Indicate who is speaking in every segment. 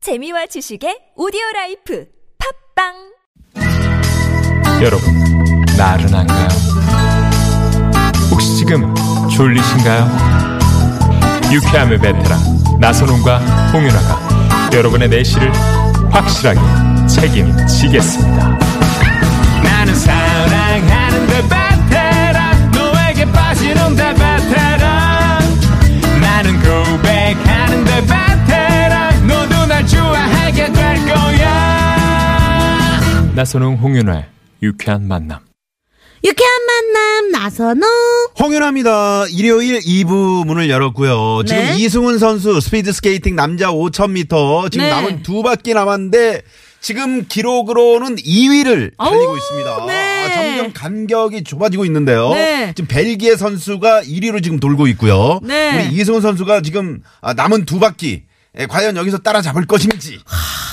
Speaker 1: 재미와 지식의 오디오 라이프 팝빵
Speaker 2: 여러분, 나른한가요? 혹시 지금 졸리신가요? 유쾌함의 베테랑 나선홍과 홍윤아가 여러분의 내실을 확실하게 책임지겠습니다. 나는 사랑하는데 베테랑 너에게 빠지는데 베테랑 나는 고백하는데 베테랑 너도 날 좋아하게 될 거야. 나선홍 홍윤아의 유쾌한 만남.
Speaker 3: 유쾌한 만남 나선호
Speaker 4: 홍윤아입니다. 일요일 2부 문을 열었고요. 지금
Speaker 3: 네.
Speaker 4: 이승훈 선수 스피드 스케이팅 남자 5000m 지금
Speaker 3: 네.
Speaker 4: 남은 두 바퀴 남았는데 지금 기록으로는 2위를 달리고
Speaker 3: 아우,
Speaker 4: 있습니다.
Speaker 3: 네.
Speaker 4: 아, 점점 간격이 좁아지고 있는데요.
Speaker 3: 네.
Speaker 4: 지금 벨기에 선수가 1위로 지금 돌고 있고요.
Speaker 3: 네.
Speaker 4: 우리 이승훈 선수가 지금 아, 남은 두 바퀴 예, 과연 여기서 따라잡을 것인지.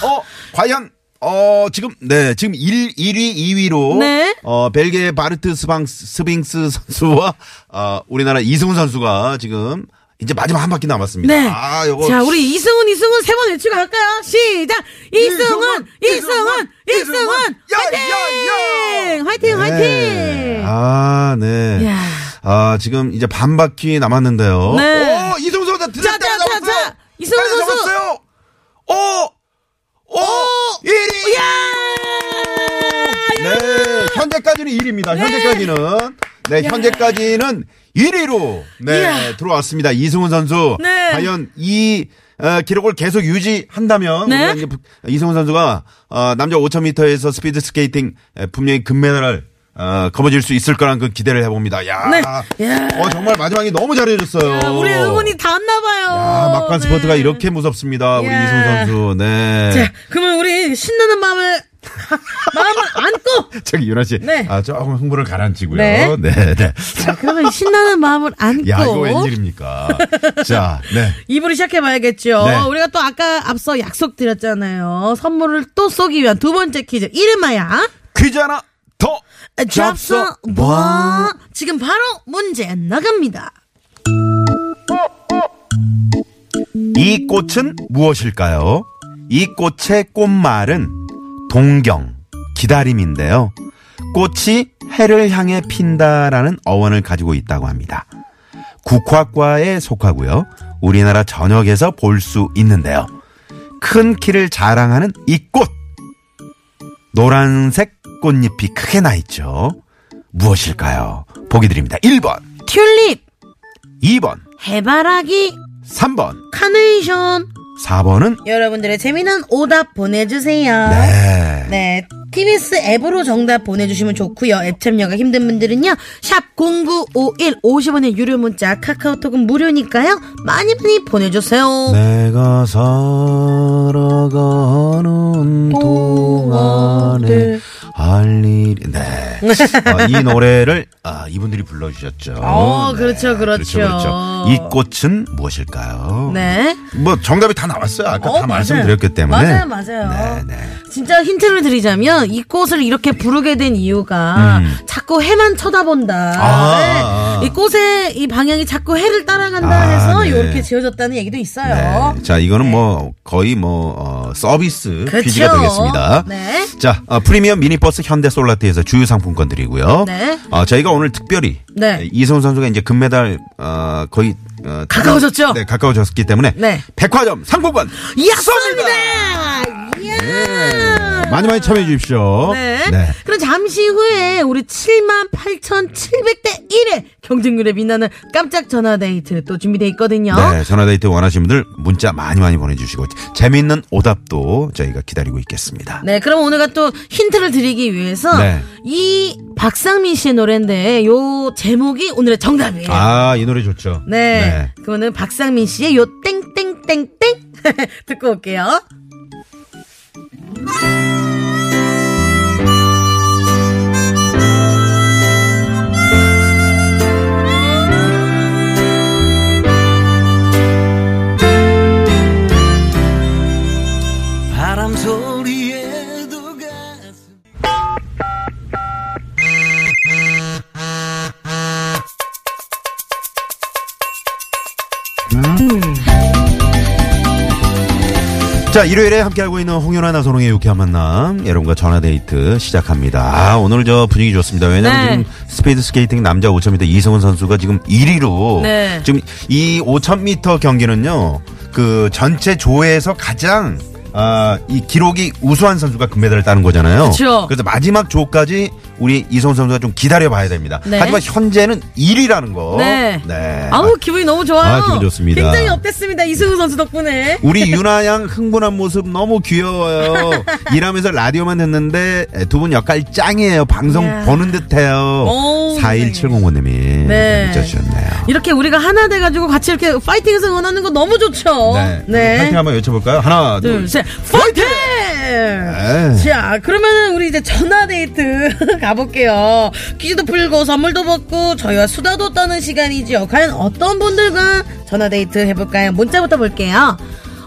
Speaker 4: 어, 과연 어, 지금 네, 지금 1, 1위, 2위로
Speaker 3: 네.
Speaker 4: 어, 벨기에 바르트 스방스, 스빙스 선수와 어, 우리나라 이승훈 선수가 지금 이제 마지막 한 바퀴 남았습니다.
Speaker 3: 네.
Speaker 4: 아, 요거
Speaker 3: 자 우리 이승훈 이승훈 세 번 외치고 갈까요? 시작 이승훈 이승훈 이승훈 화이팅 화이팅
Speaker 4: 네.
Speaker 3: 화이팅
Speaker 4: 아, 네.
Speaker 3: 야.
Speaker 4: 아, 지금 이제 반 바퀴 남았는데요.
Speaker 3: 네.
Speaker 4: 오, 이승훈 선수
Speaker 3: 자,
Speaker 4: 드디어
Speaker 3: 자, 자,
Speaker 4: 따라잡았어요.
Speaker 3: 자. 이승훈 선수.
Speaker 4: 따라잡았어요. 오! 오! 1위!
Speaker 3: 아,
Speaker 4: 네, 현재까지는 1위입니다.
Speaker 3: 네.
Speaker 4: 현재까지는. 네, 현재까지는 1위로 네,
Speaker 3: 이야.
Speaker 4: 들어왔습니다. 이승훈 선수.
Speaker 3: 네.
Speaker 4: 과연 이 어, 기록을 계속 유지한다면
Speaker 3: 네.
Speaker 4: 우리가 이제 부- 이승훈 선수가 어, 남자 5000m에서 스피드 스케이팅 에, 분명히 금메달을 어, 거머쥘 수 있을 거란 그 기대를 해봅니다. 야,
Speaker 3: 네. 야.
Speaker 4: 어, 정말 마지막에 너무 잘해줬어요.
Speaker 3: 야, 우리 응원이 닿았나 봐요
Speaker 4: 야, 막판
Speaker 3: 네.
Speaker 4: 스포트가 이렇게 무섭습니다. 우리
Speaker 3: 야.
Speaker 4: 이승훈 선수. 네.
Speaker 3: 자 그러면 우리 신나는 마음을 마음을 안고
Speaker 4: 저기 윤아 씨,
Speaker 3: 네.
Speaker 4: 아 조금 흥분을 가라앉히고요.
Speaker 3: 네.
Speaker 4: 네, 네.
Speaker 3: 자 그러면 신나는 마음을 안고
Speaker 4: 야, 이거 웬일입니까? 자, 네.
Speaker 3: 입으로 시작해봐야겠죠.
Speaker 4: 네.
Speaker 3: 우리가 또 아까 앞서 약속드렸잖아요. 선물을 또 쏘기 위한 두 번째 퀴즈. 이름하야.
Speaker 4: 퀴즈 하나 더!
Speaker 3: 잡서 뭐? 지금 바로 문제 나갑니다.
Speaker 4: 이 꽃은 무엇일까요? 이 꽃의 꽃말은 동경, 기다림인데요. 꽃이 해를 향해 핀다라는 어원을 가지고 있다고 합니다. 국화과에 속하고요. 우리나라 전역에서 볼 수 있는데요. 큰 키를 자랑하는 이 꽃. 노란색 꽃잎이 크게 나 있죠. 무엇일까요? 보기 드립니다. 1번,
Speaker 3: 튤립,
Speaker 4: 2번,
Speaker 3: 해바라기,
Speaker 4: 3번,
Speaker 3: 카네이션.
Speaker 4: 4번은
Speaker 3: 여러분들의 재미난 오답 보내주세요.
Speaker 4: 네.
Speaker 3: 네. TBS 앱으로 정답 보내주시면 좋고요. 앱 참여가 힘든 분들은요. 샵 0951 50원의 유료 문자 카카오톡은 무료니까요. 많이 많이 보내주세요.
Speaker 4: 내가 살아가는 동안에 할 일이 네. 어, 이 노래를 아, 이분들이 불러주셨죠. 네,
Speaker 3: 어, 그렇죠, 그렇죠.
Speaker 4: 이 꽃은 무엇일까요?
Speaker 3: 네.
Speaker 4: 뭐 정답이 다 나왔어요. 아까
Speaker 3: 어,
Speaker 4: 그러니까 다
Speaker 3: 맞아요.
Speaker 4: 말씀드렸기 때문에.
Speaker 3: 맞아요, 맞아요.
Speaker 4: 네, 네.
Speaker 3: 진짜 힌트를 드리자면 이 꽃을 이렇게 부르게 된 이유가 자꾸 해만 쳐다본다.
Speaker 4: 음. 아.
Speaker 3: 네. 이 꽃의 이 방향이 자꾸 해를 따라간다
Speaker 4: 아,
Speaker 3: 해서
Speaker 4: 네.
Speaker 3: 이렇게 지어졌다는 얘기도 있어요.
Speaker 4: 네. 자, 이거는 뭐 거의 뭐 어, 서비스
Speaker 3: 그쵸.
Speaker 4: 퀴즈가 되겠습니다.
Speaker 3: 그렇죠. 네.
Speaker 4: 자, 어, 프리미엄 미니버스 현대 솔라트에서 주유 상품권 드리고요.
Speaker 3: 네.
Speaker 4: 어, 저희가 오늘 특별히
Speaker 3: 네.
Speaker 4: 이승훈 선수가 이제 금메달 어, 거의 어,
Speaker 3: 가까워졌죠?
Speaker 4: 네, 가까워졌기 때문에
Speaker 3: 네.
Speaker 4: 백화점 상품권 네.
Speaker 3: 약속입니다. 이야.
Speaker 4: 많이 많이 참여해 주십시오.
Speaker 3: 네. 그럼 잠시 후에 우리 78,700대 1의 경쟁률에 빛나는 깜짝 전화 데이트 또 준비돼 있거든요.
Speaker 4: 네, 전화데이트 원하시는 분들 문자 많이 많이 보내주시고 재미있는 오답도 저희가 기다리고 있겠습니다.
Speaker 3: 네, 그럼 오늘가 또 힌트를 드리기 위해서
Speaker 4: 네.
Speaker 3: 이 박상민 씨의 노래인데 요 제목이 오늘의 정답이에요.
Speaker 4: 아, 이 노래 좋죠.
Speaker 3: 네. 그러면은 박상민 씨의 요 땡땡땡땡 듣고 올게요.
Speaker 5: 바람 소리에도 가슴
Speaker 4: 자, 일요일에 함께하고 있는 홍윤아 나선홍의 유쾌한 만남, 여러분과 전화데이트 시작합니다. 아, 오늘 저 분위기 좋습니다. 왜냐면
Speaker 3: 네.
Speaker 4: 지금 스페이드 스케이팅 남자 5000m 이성훈 선수가 지금 1위로,
Speaker 3: 네.
Speaker 4: 지금 이 5000m 경기는요, 그 전체 조회에서 가장 아, 이 기록이 우수한 선수가 금메달을 따는 거잖아요.
Speaker 3: 그쵸.
Speaker 4: 래서 마지막 조까지 우리 이성훈 선수가 좀 기다려봐야 됩니다.
Speaker 3: 네.
Speaker 4: 하지만 현재는 1위라는 거.
Speaker 3: 네.
Speaker 4: 네.
Speaker 3: 아우 기분이 너무 좋아요.
Speaker 4: 아, 기분 좋습니다.
Speaker 3: 굉장히 업됐습니다. 이승우 선수 덕분에.
Speaker 4: 우리 윤아 양 흥분한 모습 너무 귀여워요. 일하면서 라디오만 듣는데 두 분 역할 짱이에요. 방송
Speaker 3: 이야.
Speaker 4: 보는 듯해요.
Speaker 3: 어우,
Speaker 4: 41705님이
Speaker 3: 네.
Speaker 4: 문자 주셨네요.
Speaker 3: 이렇게 우리가 하나 돼가지고 같이 이렇게 파이팅해서 응원하는 거 너무 좋죠.
Speaker 4: 네.
Speaker 3: 네.
Speaker 4: 파이팅 한번 외쳐볼까요? 하나, 둘,
Speaker 3: 둘, 셋, 파이팅!
Speaker 4: 네.
Speaker 3: 자, 그러면은 우리 이제 전화데이트 가볼게요. 퀴즈도 풀고 선물도 받고 저희와 수다도 떠는 시간이지요. 과연 어떤 분들과 전화데이트 해볼까요? 문자부터 볼게요.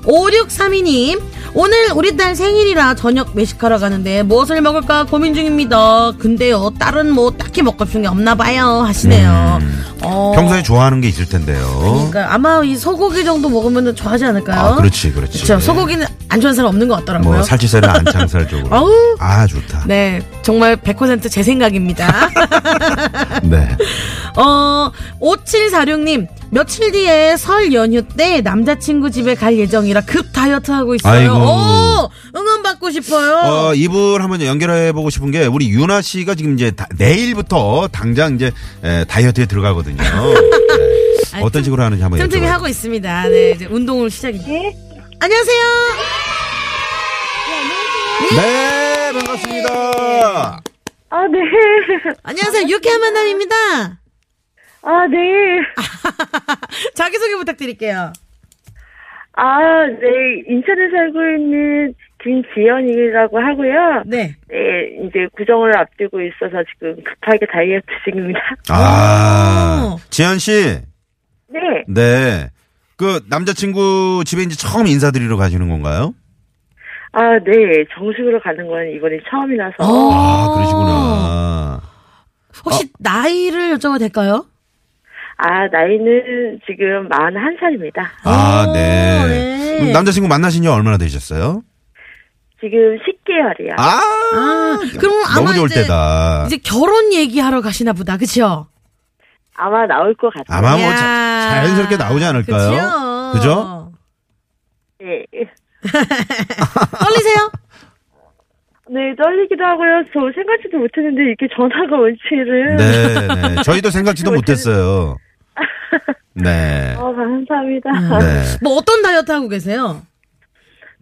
Speaker 3: 5632님, 오늘 우리 딸 생일이라 저녁 외식하러 가는데 무엇을 먹을까 고민 중입니다. 근데요, 딸은 뭐 딱히 먹고 싶은 게 없나 봐요. 하시네요. 어,
Speaker 4: 음. 평소에 좋아하는 게 있을 텐데요.
Speaker 3: 그러니까 아마 이 소고기 정도 먹으면 좋아하지 않을까요?
Speaker 4: 어? 아, 그렇지, 그렇지.
Speaker 3: 그쵸, 소고기는 안 좋아하는 사람 없는 것 같더라고요.
Speaker 4: 뭐 살치살은 안창살 쪽으로.
Speaker 3: 아우.
Speaker 4: 아, 좋다. 네.
Speaker 3: 네, 정말 100%제 생각입니다.
Speaker 4: 네.
Speaker 3: 어, 5746님, 며칠 뒤에 설 연휴 때 남자친구 집에 갈 예정이라 급 다이어트 하고 있어요.
Speaker 4: 아이고.
Speaker 3: 오, 응원받고 싶어요.
Speaker 4: 어, 이분 한번 연결해보고 싶은 게 우리 윤아 씨가 지금 이제 다- 내일부터 당장 이제 에, 다이어트에 들어가거든요. 네.
Speaker 3: 아니,
Speaker 4: 어떤 식으로 하는지 한번 여쭤볼게요.
Speaker 3: 틈틈이 하고 있습니다. 네, 이제 운동을 시작이. 안녕하세요.
Speaker 4: 네, 반갑습니다.
Speaker 6: 아, 네.
Speaker 3: 안녕하세요. 유쾌한 만남입니다.
Speaker 6: 아, 네.
Speaker 3: 자기소개 부탁드릴게요.
Speaker 6: 아, 네. 인천에 살고 있는 김지연이라고 하고요.
Speaker 3: 네.
Speaker 6: 네, 이제 구정을 앞두고 있어서 지금 급하게 다이어트 중입니다.
Speaker 4: 아,
Speaker 3: 오.
Speaker 4: 지현 씨.
Speaker 6: 네.
Speaker 4: 네. 그 남자친구 집에 이제 처음 인사드리러 가시는 건가요?
Speaker 6: 아, 네. 정식으로 가는 건 이번이 처음이라서.
Speaker 4: 아, 그러시구나.
Speaker 3: 혹시
Speaker 4: 아.
Speaker 3: 나이를 여쭤봐도 될까요?
Speaker 6: 아, 나이는 지금 41살입니다.
Speaker 4: 아,
Speaker 3: 오,
Speaker 4: 네.
Speaker 3: 네.
Speaker 4: 그럼 남자친구 만나신 지 얼마나 되셨어요?
Speaker 6: 지금 10개월이요.
Speaker 4: 아,
Speaker 3: 아, 그럼 아마
Speaker 4: 너무 좋을
Speaker 3: 이제
Speaker 4: 때다.
Speaker 3: 이제 결혼 얘기하러 가시나 보다. 그쵸?
Speaker 6: 아마 나올 것 같아요.
Speaker 4: 아마 뭐
Speaker 3: 야.
Speaker 4: 자, 자연스럽게 나오지 않을까요?
Speaker 3: 그죠?
Speaker 4: 그죠?
Speaker 6: 네.
Speaker 3: 떨리세요?
Speaker 6: 네, 떨리기도 하고요. 저 생각지도 못했는데 이렇게 전화가 올 줄은.
Speaker 4: 네, 네. 저희도 생각지도 못했어요. 네.
Speaker 6: 아, 감사합니다.
Speaker 4: 네.
Speaker 3: 뭐 어떤 다이어트 하고 계세요?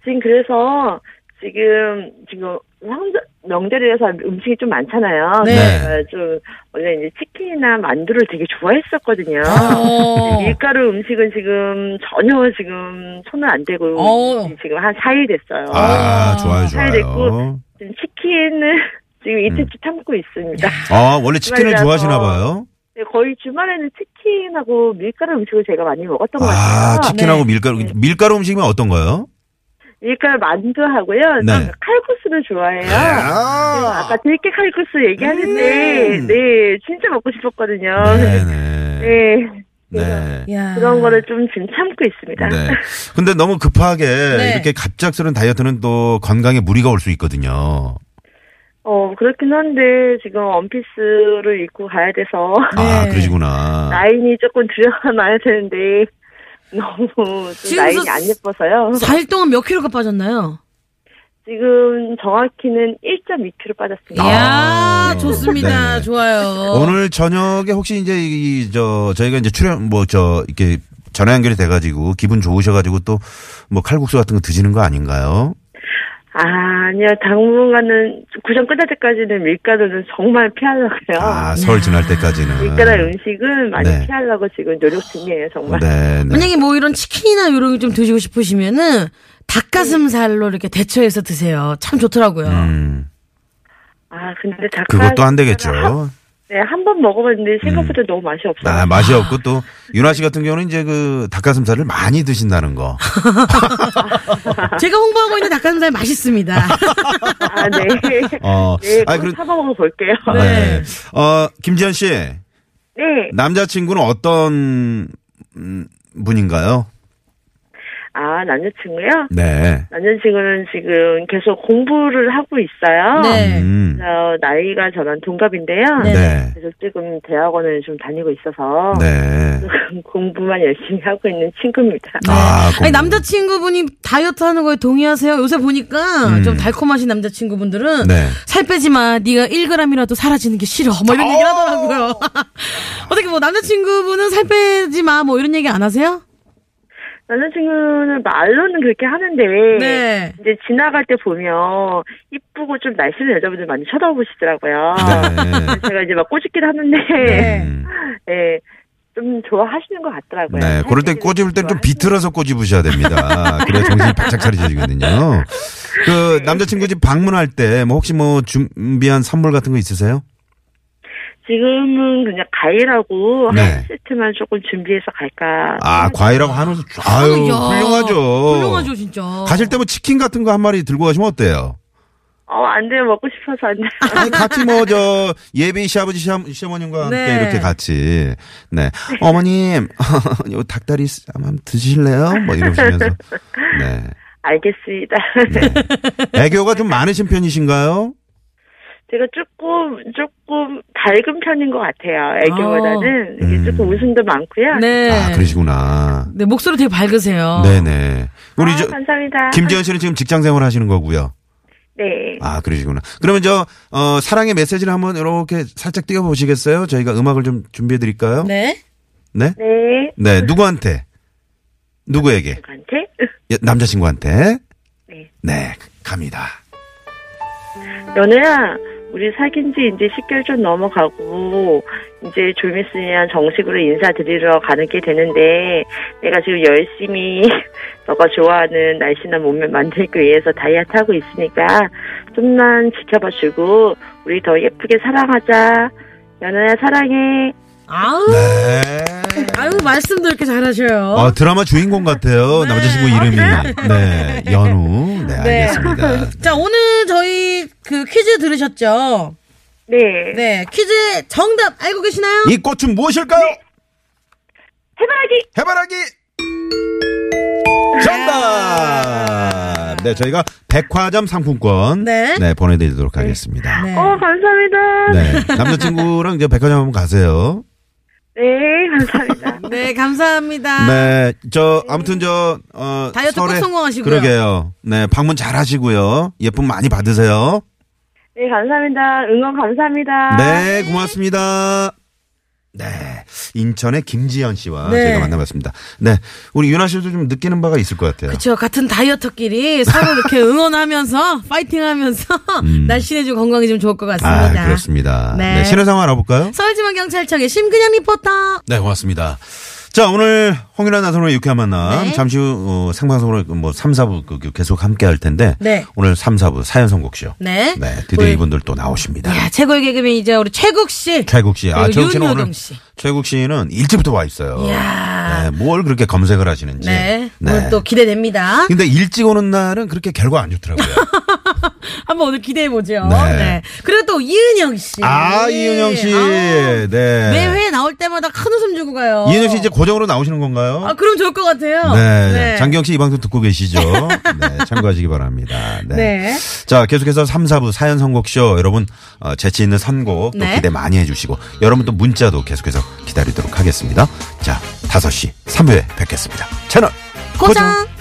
Speaker 6: 지금 그래서 지금 지금 황자, 명절이라서 음식이 좀 많잖아요.
Speaker 3: 네.
Speaker 6: 제가 좀 원래 이제 치킨이나 만두를 되게 좋아했었거든요.
Speaker 3: 어.
Speaker 6: 밀가루 음식은 지금 전혀 지금 손을 안 대고
Speaker 3: 어.
Speaker 6: 지금 한 4일 됐어요.
Speaker 4: 아, 좋아요,
Speaker 6: 잘
Speaker 4: 좋아요.
Speaker 6: 됐고. 지금 치킨을 지금 이틀째
Speaker 4: 음.
Speaker 6: 참고 있습니다.
Speaker 4: 아, 원래 치킨을
Speaker 6: 주말이라서.
Speaker 4: 좋아하시나 봐요.
Speaker 6: 근데 거의 주말에는 치킨하고 밀가루 음식을 제가 많이 먹었던 것
Speaker 4: 아,
Speaker 6: 같아요.
Speaker 4: 치킨하고 밀가루
Speaker 6: 네.
Speaker 4: 밀가루 음식이면 어떤 거요?
Speaker 6: 밀가루 만두하고요.
Speaker 4: 네.
Speaker 6: 저는 칼국수를 좋아해요.
Speaker 4: 아,
Speaker 6: 아까 들깨 칼국수 얘기하는데,
Speaker 4: 음.
Speaker 6: 네, 진짜 먹고 싶었거든요.
Speaker 4: 네,
Speaker 6: 근데
Speaker 4: 네,
Speaker 6: 아, 네,
Speaker 4: 네.
Speaker 3: 야.
Speaker 6: 그런 거를 좀 지금 참고 있습니다.
Speaker 4: 네. 근데 너무 급하게
Speaker 3: 네.
Speaker 4: 이렇게 갑작스런 다이어트는 또 건강에 무리가 올 수 있거든요.
Speaker 6: 어, 그렇긴 한데, 지금 원피스를 입고 가야 돼서,
Speaker 4: 아,
Speaker 3: 네.
Speaker 4: 그러시구나.
Speaker 6: 라인이 조금 들어가놔야 되는데, 너무 좀
Speaker 3: 지금
Speaker 6: 라인이
Speaker 3: 저-
Speaker 6: 안 예뻐서요.
Speaker 3: 4일 동안 몇 킬로가 빠졌나요?
Speaker 6: 지금 정확히는 1.2kg 빠졌습니다.
Speaker 3: 이야, 좋습니다.
Speaker 4: 아, 네.
Speaker 3: 좋아요.
Speaker 4: 오늘 저녁에 혹시 이제 이 저 저희가 이제 출연 뭐 저 이렇게 전화 연결이 돼가지고 기분 좋으셔가지고 또 뭐 칼국수 같은 거 드시는 거 아닌가요?
Speaker 6: 아, 아니요. 당분간은, 구정 끝날 때까지는 밀가루는 정말 피하려고요.
Speaker 4: 아, 설 지날 때까지는.
Speaker 6: 밀가루 음식은 많이
Speaker 4: 네.
Speaker 6: 피하려고 지금 노력 중이에요, 정말.
Speaker 4: 네, 네.
Speaker 3: 만약에 뭐 이런 치킨이나 이런 게 좀 드시고 싶으시면은 닭가슴살로 이렇게 데쳐서 드세요. 참 좋더라고요.
Speaker 4: 음,
Speaker 6: 아, 근데 닭가
Speaker 4: 그것도 안 되겠죠.
Speaker 6: 네, 한 번 먹어봤는데 생각보다 너무 맛이 없어요.
Speaker 4: 아, 맛이 없고 또 윤아 씨 같은 경우는 이제 그 닭가슴살을 많이 드신다는 거.
Speaker 3: 제가 홍보하고 있는 닭가슴살 맛있습니다.
Speaker 6: 아, 네.
Speaker 4: 어,
Speaker 6: 네,
Speaker 4: 아니,
Speaker 6: 그럼
Speaker 4: 그런-
Speaker 6: 사먹어 볼게요.
Speaker 4: 네. 어, 김지현 씨
Speaker 6: 네.
Speaker 4: 남자친구는 어떤 음, 분인가요?
Speaker 6: 아, 남자친구요?
Speaker 4: 네.
Speaker 6: 남자친구는 지금 계속 공부를 하고 있어요.
Speaker 3: 네.
Speaker 4: 음.
Speaker 6: 그래서 나이가 저랑 동갑인데요.
Speaker 3: 네.
Speaker 4: 네.
Speaker 6: 그래서 지금 대학원을 좀 다니고 있어서
Speaker 4: 네.
Speaker 6: 지금 공부만 열심히 하고 있는 친구입니다.
Speaker 4: 아,
Speaker 3: 아니
Speaker 4: 공부.
Speaker 3: 남자친구분이 다이어트 하는 거에 동의하세요? 요새 보니까 좀 달콤하신 남자친구분들은
Speaker 4: 음. 네.
Speaker 3: 살 빼지 마. 네가 1g이라도 사라지는 게 싫어. 뭐 이런 얘기를 하더라고요. 어떻게 뭐 남자친구분은 살 빼지 마. 뭐 이런 얘기 안 하세요?
Speaker 6: 남자친구는 말로는 그렇게 하는데
Speaker 3: 네.
Speaker 6: 이제 지나갈 때 보면 이쁘고 좀 날씬한 여자분들 많이 쳐다보시더라고요.
Speaker 4: 네.
Speaker 6: 제가 이제 막 꼬집기도 하는데
Speaker 4: 음.
Speaker 6: 네, 좀 좋아하시는 것 같더라고요.
Speaker 4: 네, 그럴 땐 꼬집을 땐 좀 비틀어서 꼬집으셔야 됩니다. 그래야 정신이 바짝 차리시거든요. 그 남자친구 집 방문할 때 뭐 혹시 뭐 준비한 선물 같은 거 있으세요?
Speaker 6: 지금은 그냥 과일하고
Speaker 4: 네.
Speaker 6: 한 세트만 조금 준비해서 갈까.
Speaker 4: 아, 과일하고 한우도 쭉- 아유,
Speaker 3: 이야,
Speaker 4: 훌륭하죠.
Speaker 3: 훌륭하죠, 진짜.
Speaker 4: 가실 때 뭐 치킨 같은 거 한 마리 들고 가시면 어때요?
Speaker 6: 어, 안 돼요. 먹고 싶어서 안 돼요.
Speaker 4: 아니, 같이 뭐 저 예비 시아버지 시아, 시어머님과 함께
Speaker 3: 네.
Speaker 4: 이렇게 같이 네 어머님 요 닭다리 한번 드실래요? 뭐 이러시면서 네.
Speaker 6: 알겠습니다.
Speaker 4: 애교가 좀 많으신 편이신가요?
Speaker 6: 제가 조금, 조금 밝은 편인 것 같아요. 애교보다는. 이게
Speaker 4: 음.
Speaker 6: 조금 웃음도 많고요.
Speaker 3: 어. 네. 어.
Speaker 4: 아 그러시구나.
Speaker 3: 네, 목소리 되게 밝으세요.
Speaker 4: 네네. 우리
Speaker 6: 아,
Speaker 4: 저
Speaker 6: 감사합니다.
Speaker 4: 김재현 씨는 지금 직장 생활 하시는 거고요.
Speaker 6: 네.
Speaker 4: 아 그러시구나. 그러면 저 어, 사랑의 메시지를 한번 이렇게 살짝 띄워 보시겠어요? 저희가 음악을 좀 준비해 드릴까요?
Speaker 3: 네.
Speaker 4: 네.
Speaker 6: 네.
Speaker 4: 네 누구한테? 누구에게?
Speaker 6: 누구한테?
Speaker 4: 여- 예, 남자친구한테
Speaker 6: 네.
Speaker 4: 네 갑니다.
Speaker 6: 연우야, 우리 사귄 지 이제 10개월 좀 넘어가고, 이제 좀 있으면 정식으로 인사드리러 가는 게 되는데, 내가 지금 열심히 너가 좋아하는 날씬한 몸매 만들기 위해서 다이어트 하고 있으니까, 좀만 지켜봐 주고, 우리 더 예쁘게 사랑하자. 연우야, 사랑해.
Speaker 3: 아우.
Speaker 4: 네.
Speaker 3: 아유, 말씀도 이렇게 잘하셔요.
Speaker 4: 어, 드라마 주인공 같아요.
Speaker 3: 네.
Speaker 4: 남자친구 이름이. 네. 연우. 네,
Speaker 3: 네.
Speaker 4: 알겠습니다.
Speaker 3: 자, 오늘 저희 그 퀴즈 들으셨죠?
Speaker 6: 네.
Speaker 3: 네. 퀴즈 정답 알고 계시나요?
Speaker 4: 이 꽃은 무엇일까요?
Speaker 6: 해바라기!
Speaker 4: 해바라기! 정답! 네, 저희가 백화점 상품권.
Speaker 3: 네.
Speaker 4: 보내드리도록 하겠습니다. 네.
Speaker 3: 네.
Speaker 6: 어, 감사합니다.
Speaker 4: 남자친구랑 이제 백화점 한번 가세요.
Speaker 6: 네, 감사합니다.
Speaker 3: 네, 감사합니다.
Speaker 4: 네, 저, 아무튼 저, 어,
Speaker 3: 다이어트 꼭
Speaker 4: 설에-
Speaker 3: 성공하시고요.
Speaker 4: 그러게요. 네, 방문 잘 하시고요. 예쁨 많이 받으세요.
Speaker 6: 네, 감사합니다. 응원 감사합니다.
Speaker 4: 네, 고맙습니다. 네, 인천의 김지현 씨와
Speaker 3: 네.
Speaker 4: 저희가 만나봤습니다. 네, 우리 윤아 씨도 좀 느끼는 바가 있을 것 같아요.
Speaker 3: 그렇죠. 같은 다이어터끼리 서로 이렇게 응원하면서 파이팅하면서 날씬해지고 건강이 좀 좋을 것
Speaker 4: 음. 아,
Speaker 3: 같습니다.
Speaker 4: 그렇습니다.
Speaker 3: 네.
Speaker 4: 네, 신의 상황 알아볼까요?
Speaker 3: 서울지방경찰청의 심근양 리포터.
Speaker 4: 네, 고맙습니다. 자, 오늘 홍일아 나선호의 유쾌한 만남.
Speaker 3: 네.
Speaker 4: 잠시 후, 어, 생방송으로 뭐 3, 4부 그- 그 계속 함께 할 텐데.
Speaker 3: 네.
Speaker 4: 오늘 3, 4부 사연 선곡쇼.
Speaker 3: 네.
Speaker 4: 네, 드디어
Speaker 3: 우리-
Speaker 4: 이분들 또 나오십니다.
Speaker 3: 야, 최고의 개그맨 이제 우리 최국 씨.
Speaker 4: 최국 씨. 아,
Speaker 3: 그리고
Speaker 4: 최국 씨는
Speaker 3: 윤여동
Speaker 4: 오늘.
Speaker 3: 씨.
Speaker 4: 최국 씨는 일찍부터 와 있어요.
Speaker 3: 이야.
Speaker 4: 네, 뭘 그렇게 검색을 하시는지.
Speaker 3: 네. 오늘 또 기대됩니다.
Speaker 4: 근데 일찍 오는 날은 그렇게 결과 안 좋더라고요.
Speaker 3: 한번 오늘 기대해 보죠. 네.
Speaker 4: 네.
Speaker 3: 그리고 또 이은영 씨.
Speaker 4: 아, 이은영 씨.
Speaker 3: 예. 아우,
Speaker 4: 네.
Speaker 3: 매 회에 나올 때마다 큰 웃음 주고 가요.
Speaker 4: 이은영 씨 이제 고정으로 나오시는 건가요?
Speaker 3: 아, 그럼 좋을 것 같아요.
Speaker 4: 네. 장경 씨 이 방송 듣고 계시죠? 네. 참고하시기 바랍니다. 네.
Speaker 3: 네.
Speaker 4: 자, 계속해서 3, 4부 사연 선곡쇼 여러분 어, 재치 있는 선곡 또
Speaker 3: 네.
Speaker 4: 기대 많이 해주시고 여러분 또 문자도 계속해서 기다리도록 하겠습니다. 자, 5시 3부에 뵙겠습니다. 채널
Speaker 3: 고정.